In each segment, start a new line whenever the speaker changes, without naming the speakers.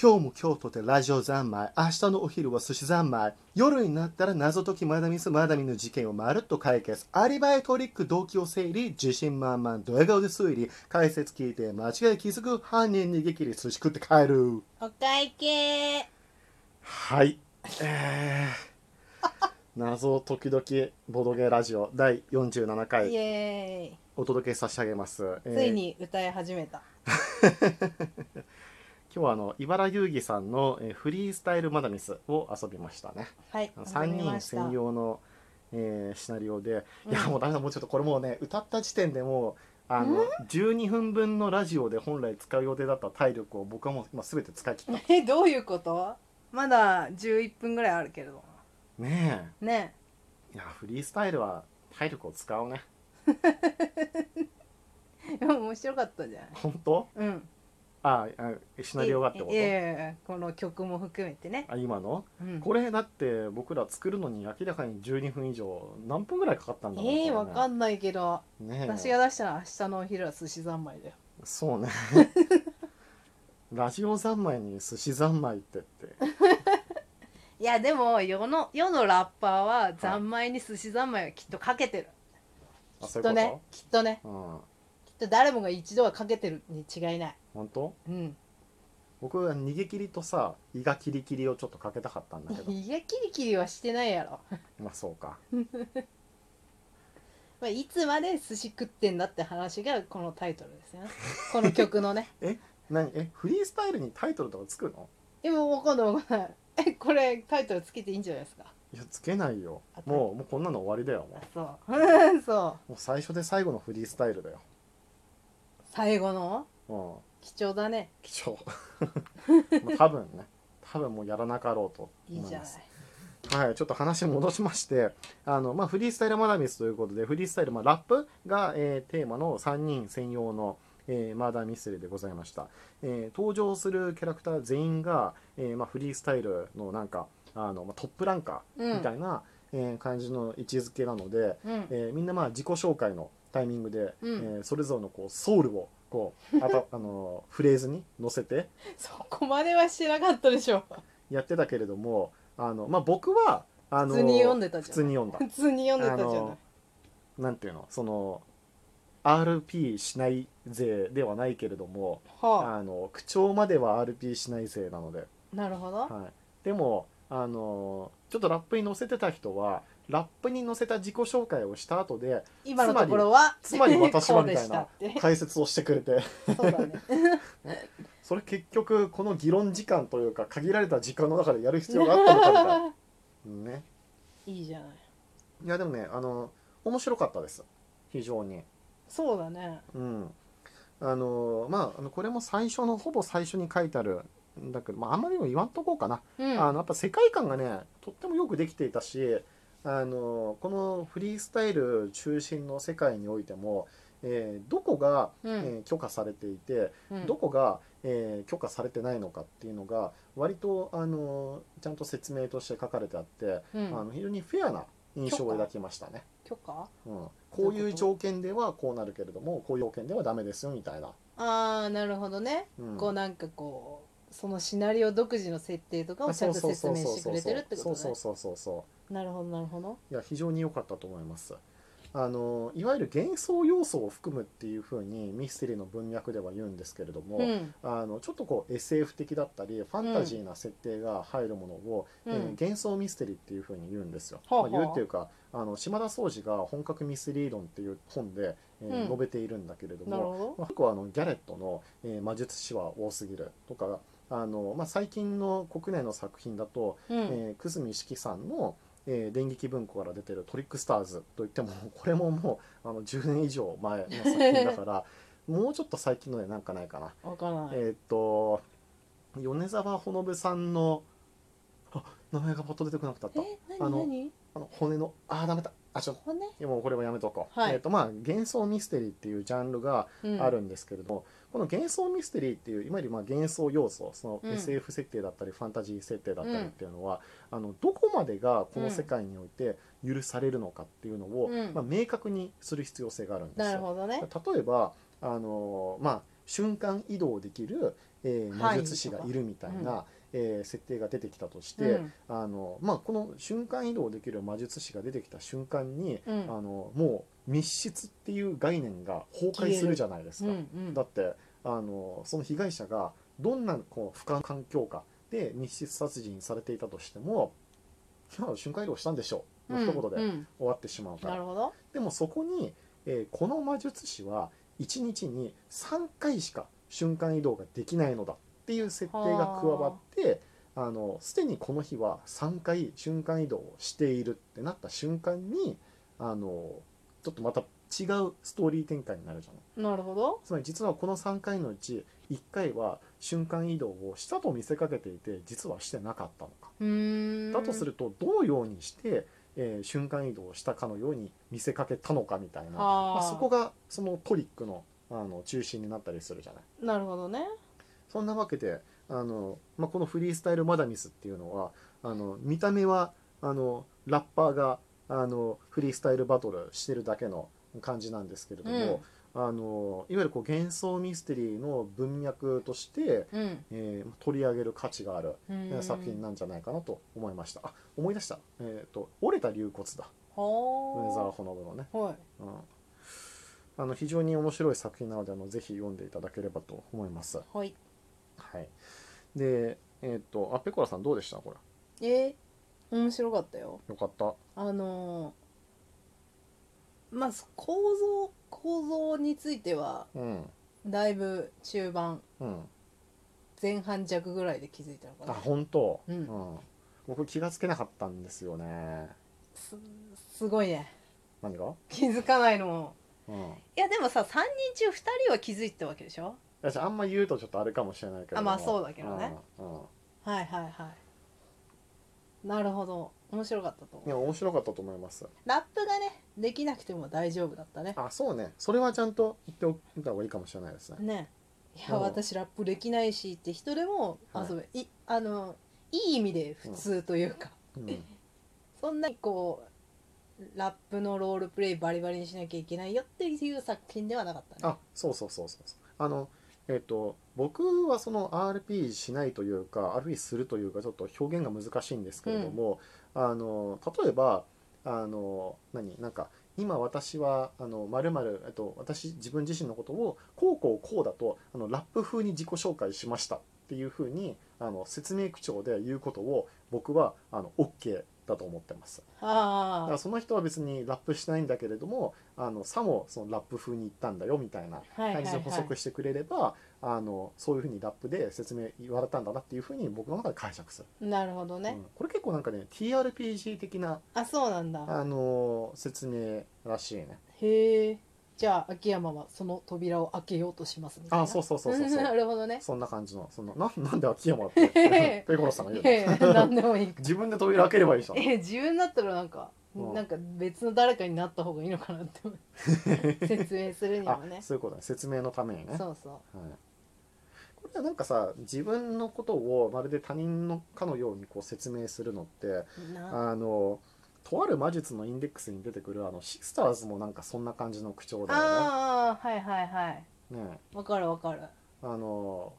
今日も今日とてラジオ三昧明日のお昼は寿司三昧夜になったら謎解きマダミスマダミの事件をまるっと解決アリバイトリック動機を整理自信満々ドヤ顔で推理解説聞いて間違い気づく犯人逃げ切り寿司食って帰る
お会計
はいえー、謎時々ボドゲラジオ第47
イ
回
エ
お届け差し上げます
ーイついに歌い始めた
今日はあの茨遊戯さんのえーフリースタイルマダミスを遊びましたね
はい
3
始めま
人
した
専用の、えーシナリオで、
うん
いやもうダメだもうちょっとこれもうね歌った時点でもうあの12分分のラジオで本来使う予定だった体力を僕はもう今全て使い切った
えどういうことまだ11分ぐらいあるけれど
ね
ね
え いやフリースタイルは体力を使うね
でも面白かったじゃない
本当
うん
ああシナリオがってこと
いやいやいやこの曲も含めてね、
あ今の
うん、
これだって僕ら作るのに明らかに12分以上何分ぐらいかかったんだろう
ええわか
ん
んないけど、
ねえ
私が出したら明日のお昼は寿司三昧だよ
そうね ラジオ三昧に寿司三昧ってって
いやでも世の世のラッパーは三昧に寿司三昧はきっとかけてる、
あ
き
そ
っ
うい
と
う
ね
こ
きっとね
とうん
きっと誰もが一度はかけてるに違いない
本当
うん
僕は逃げ切りとさ胃がキリキリをちょっとかけたかったんだけ ど
いやキリキリはしてないやろ、
まあそうか
まあ、いつまで寿司食ってんだって話がこのタイトルですよねこの曲のね
何えフリースタイルにタイトルとかつくの
でもわかんないわかんないえこれタイトルつけていいんじゃないですか
いやつけないよ
あた
もうもうこんなの終わりだよも
あそう そ
う
う
もう最初で最後のフリースタイルだよ
最後の
うん
貴重だね
貴重 まあ多分ね多分もうやらなかろうと
いい
思
じ
い
ゃな
ま
い
すはい、ちょっと話戻しましてあの、まあ、フリースタイルマダミスということでフリースタイル、まあ、ラップが、えーテーマの3人専用の、えーマーダーミステリーでございました、えー登場するキャラクター全員が、えーまあ、フリースタイルのなんかあの、まあ、トップランカ
う
ーみ
ん
たいな、えー感じの位置づけなので、
うん
えーみんなまあ自己紹介のタイミングで、
うん
えーそれぞれのこうソウルをこうあ とあのフレーズに乗せて
そこまではしてなかったでしょ
やってたけれどもあの、まあ、僕はあの
普通に読んでた
普
じゃ
通
ん
に読んだ
普通に読んでたじゃ
あ
ない
のなんていうのその RP しない勢ではないけれども
は
あの口調までは RP しない勢なので、
あなるほど
はい、でもあのちょっとラップに載せてた人はラップに載せた自己紹介をした後で
今のところは
つまり私 は
こうでしたって
解説をしてくれて
そうだね
それ結局この議論時間というか限られた時間の中でやる必要があったのかみたいなうんね
いいじゃない
いやでもねあの面白かったです非常に。
そうだね
うん、あのまああのこれも最初のほぼ最初に書いてあるんだけど、まあ、あんまりも言わんとこうかな、
うん
あのやっぱ世界観がねとってもよくできていたしあのこのフリースタイル中心の世界においても、えーどこが、
う
え
ん
ー許可されていて、
うん
どこが、えー許可されてないのかっていうのが割とあのちゃんと説明として書かれてあって、
う
あ
ん
の非常にフェアな印象を抱きましたね。
許可
うん、こう
どう
い
いう
う
こと
条件ではこうなるけれどもこういう条件ではダメですよみたいな、
ああなるほどね
うん、
こうなんかこうそのシナリオ独自の設定とかをちゃんと説明してくれてるってこと
そう
ね
そうそうそうそうそうそ
なるほどなるほど
ういや非常に良かったと思いますあのいわゆる幻想要素を含むっていうふうにミステリーの文脈では言うんですけれども、
うん
あのちょっとこう SF 的だったりファンタジーな設定が入るものを、
う
えー
ん
幻想ミステリーっていうふうに言うんですよ。
ほうほう
まあ、言うっていうかあの島田総司が「本格ミステリー論」っていう本で、えー
うん
述べているんだけれど
なる
も、
ほ
まあ、結構あのギャレットの、えー魔術師は多すぎるとかあの、まあ、最近の国内の作品だと
どうん
えー久住四季さんの、えー電撃文庫から出てる「トリックスターズ」といっても これももうあの10年以上前の作品だから もうちょっと最近のでなんかないかな。
わからない
えーっと米沢ほのぶさんのあ名前がパッと出てこなくなった
え
あ
何
の
何
あの骨のあーダメだあちょっと
骨
いやもうこれはやめとこう、
はい
えーっとまあ幻想ミステリーっていうジャンルが
うん
あるんですけれども、この幻想ミステリーっていういわゆるまあ幻想要素その
うん
SF 設定だったりファンタジー設定だったりっていうのは、あのどこまでがこの世界において許されるのかっていうのを、
うん
まあ、明確にする必要性があるんです
なる
よ。
ほどね
例えばあのまあ瞬間移動できる、えー魔術師がいるみたいな、えー設定が出てきたとして、
うん
あのまあ、この瞬間移動できる魔術師が出てきた瞬間に、
うん
あのもう密室っていう概念が崩壊するじゃないです
うん
か。
うん
だってあのその被害者がどんなこう不可環境下で密室殺人されていたとしても「いや瞬間移動したんでしょう」の一言
うんう
で
ん
終わってしまうから、
なるほど
でもそこに、えーこの魔術師は1日に3回しか瞬間移動ができないのだっていう設定が加わってあのすでにこの日は3回瞬間移動をしているってなった瞬間にあのちょっとまた違うストーリー展開になるじゃない。
なるほど
つまり実はこの3回のうち1回は瞬間移動をしたと見せかけていて実はしてなかったのか。
うーん
だとするとどのようにして、えー瞬間移動をしたかのように見せかけたのかみたいな
あー
まあそこがそのトリックのあの中心になったりするじゃない。
なるほどね
そんなわけであの、まあ、このフリースタイルマダミスっていうのはあの見た目はあのラッパーがあのフリースタイルバトルしてるだけの感じなんですけれども、あのいわゆるこう幻想ミステリーの文脈として、
うん
えー取り上げる価値がある
う
え
ー
ー
ん
作品なんじゃないかなと思いました。あ思い出した、えー、と折れた流骨だ
ほー
米沢ほのぶのね。
はい
うんあの非常に面白い作品なのであのぜひ読んでいただければと思います。
はい
はい、で、えっとあペコラさんどうでしたこれ
えー、面白かったよ
よかった
あのー、まず構造構造については
うん
だいぶ中盤
うん
前半弱ぐらいで気づいたのか
あ
な
本当
うん
僕気がつけなかったんですよね
すすごいね
何が
気づかないのも
うんい
いやでもさ3人中2人は気づいてたわけでしょ
やじゃああんま言うとちょっとあれかもしれないけれども
あまあそうだけどね
うんうん
はいはいはいなるほど面白かったと
い
思う
や面白かったと思います
ラップがねできなくても大丈夫だったね
あそうねそれはちゃんと言っておいた方がいいかもしれないですね
ねいや
うん
私ラップできないしって人でも
はい
遊べ、い、あのいい意味で普通というか、
うん
そんなにこうラップのロールプレイバリバリにしなきゃいけないよっていう作品ではなかったね
あそうそうそうそうそうあのえっ、と僕はその RP しないというか RP するというかちょっと表現が難しいんですけれども、あの例えばあの何なんか今私はあのまるまるえっと私自分自身のことをこうこうこうだとあのラップ風に自己紹介しましたっていうふうにあの説明口調で言うことを僕はあの OK だと思ってます。だか
あ
らその人は別にラップしてないんだけれどもあのさもそのラップ風に言ったんだよみたいな
はいは
感
い
じ
は
で補
い
足してくれれば、あのそういうふうにラップで説明言われたんだなっていうふうに僕の中で解釈する、
あなるほどね、
うんこれ結構なんかね TRPG 的な、
あそうなんだ
あの説明らしいね
へえじゃあ秋山はその扉を開けようとしますみたいな
あそうそうそうそうそ
な
う
るほどね
そんな感じのそんなななんで秋山 ってペコロさんが言う
ええ
の
何でもいいか
自分で扉開ければいいじゃん
ええ自分だったらなんか、
うん
なんか別の誰かになった方がいいのかなって 思う説明するに
あ
もね
そういうことね説明のためにね
そうそ
はい、これはなんかさ自分のことをまるで他人のかのようにこう説明するのって
うな
あのとある魔術のインデックスに出てくるあのシスターズもなんかそんな感じの口調だよ
ああはいはいはい
ね。ね
わかるわかる
あの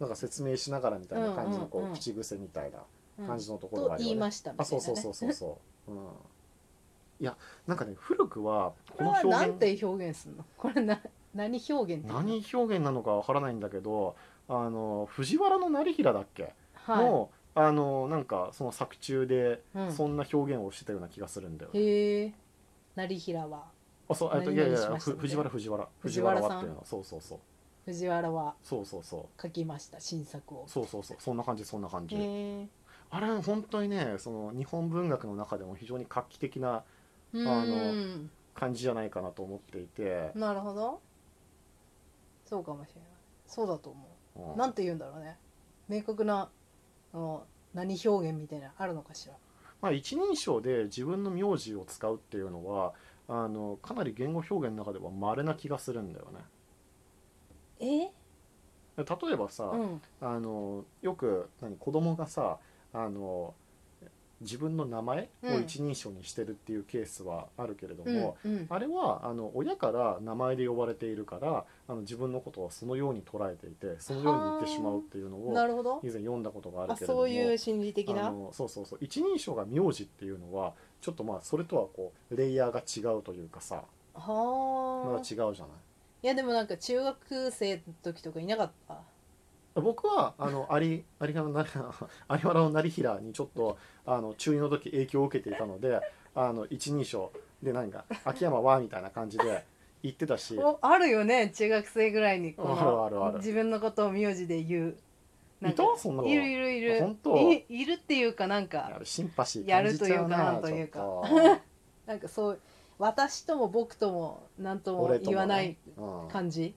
なんか説明しながらみたいな感じのこ
うんう
う
んうん
口癖みたいな
うん
感じのところが
と
ある
言い
よね
ま。したみた
あ
いな、ね、
そうそうそうそうそう。うん、いやなんかね古くは
こ
こ
れ
の
は
表
なん
現
て表現するのこれな 何表現っていうの
何表現なのかわからないんだけどあの藤原の成平だっけ
は
のあのなんかその作中で
い、うん
そんな表現をしてたような気がするんだよ、
へえ成平は
あそうえっとい
何
やい
々
や
しました
ふ
みたいな
藤原藤原
藤原さん
はっていうのはそうそうそう
藤原は
そうそうそう
書きました新作を
そうそうそうそんな感じそんな感じ、
へ
あれ本当にねその日本文学の中でも非常に画期的な
え
あの
うん
感じじゃないかなと思っていて、
なるほどそうかもしれないそうだと思
う
うなんて言うんだろうね明確なあの何表現みたいなのあるのかしら
まあ、一人称で自分の名字を使うっていうのはあのかなり言語表現の中では稀な気がするんだよね
え
例えばさ、
うん
あのよく何子供がさあの自分の名前
う
を
ん
一人称にしてるっていうケースはあるけれど
うん
も、
うん
あれはあの親から名前で呼ばれているからあの自分のことをそのように捉えていてそのように言ってしまうっていうのを
なるほど
以前読んだことがある
あ
けれども
そういう心理的
あ
な
のそうそうそう一人称が名字っていうのはちょっとまあそれとはこうレイヤーが違うというかさまだ
はあ
違うじゃない
いやでもなんか中学生の時とかいなかった
僕はあの有有原の 有原の成平にちょっとあの中二の時影響を受けていたのであの一人称でなんか「秋山は」みたいな感じで言ってたし
おあるよね中学生ぐらいにこの
あるあるある
自分のことを名字で言うなんか
いたそんなの
いるいるいる
あ本当
いいるっていうかなん
や
か
るシンパシー
や
感じ
るとい
ち
う
ゃ
か
うな
なんというか
ちょっ
なんかそう私とも僕とも何と
と
も
俺ともね
言わない
うん
感じ、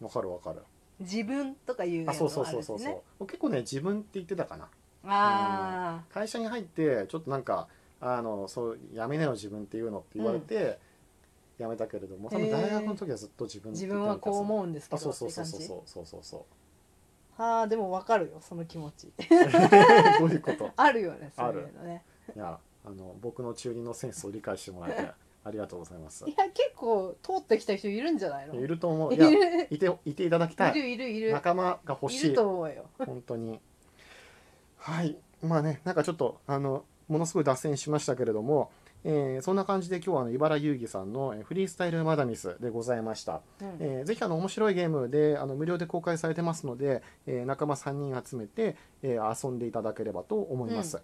わかるわかる
自分とか言う
あ
やつ
そう
も
そう
あ
そ
る
うん
です
そう
ね
そう結構ね自分って言ってたかな
あ
会社に入ってちょっとなんかあのそうやめなよ自分っていうのって言われて、やめたけれども多分大学の時はずっと自
あ
分って
自
言って
分
た
はこう思うんですけ
あ
ど
そ
っ
うそう
て
そう
感
そう
じ
そうそうそうそう
あーでもわかるよその気持ち
どういうこと
あるよねそういうのね
いやあの僕の中二のセンスを理解してもらえてありがとうございます
いや結構通ってきた人いるんじゃないの
いると思う
い
いや
る
いていていただきた
い
い
るいるいる
仲間が欲
い
しい
ると思うよ
本当にはいまあねなんかちょっとあのものすごい脱線しましたけれども、えーそんな感じで今日はあの茨城遊戯さんのえーフリースタイルマダミスでございました、
うん
えーぜひあの面白いゲームであの無料で公開されてますので、えー仲間3人集めて、えー遊んでいただければと思います、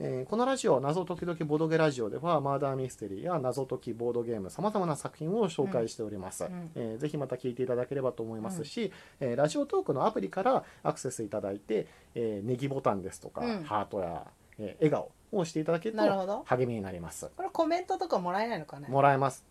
えーこのラジオ謎解き時ボードゲラジオではマーダーミステリーや謎解きボードゲームさまざまな作品を紹介しております、
うん
えーぜひまた聞いていただければと思いますし、えーラジオトークのアプリからアクセスいただいて、えーネギボタンですとか、
うん
ハートや、えー笑顔を押していただける
なる
と
ほど
励みになります
これコメントとかもらえないのかね
もらえます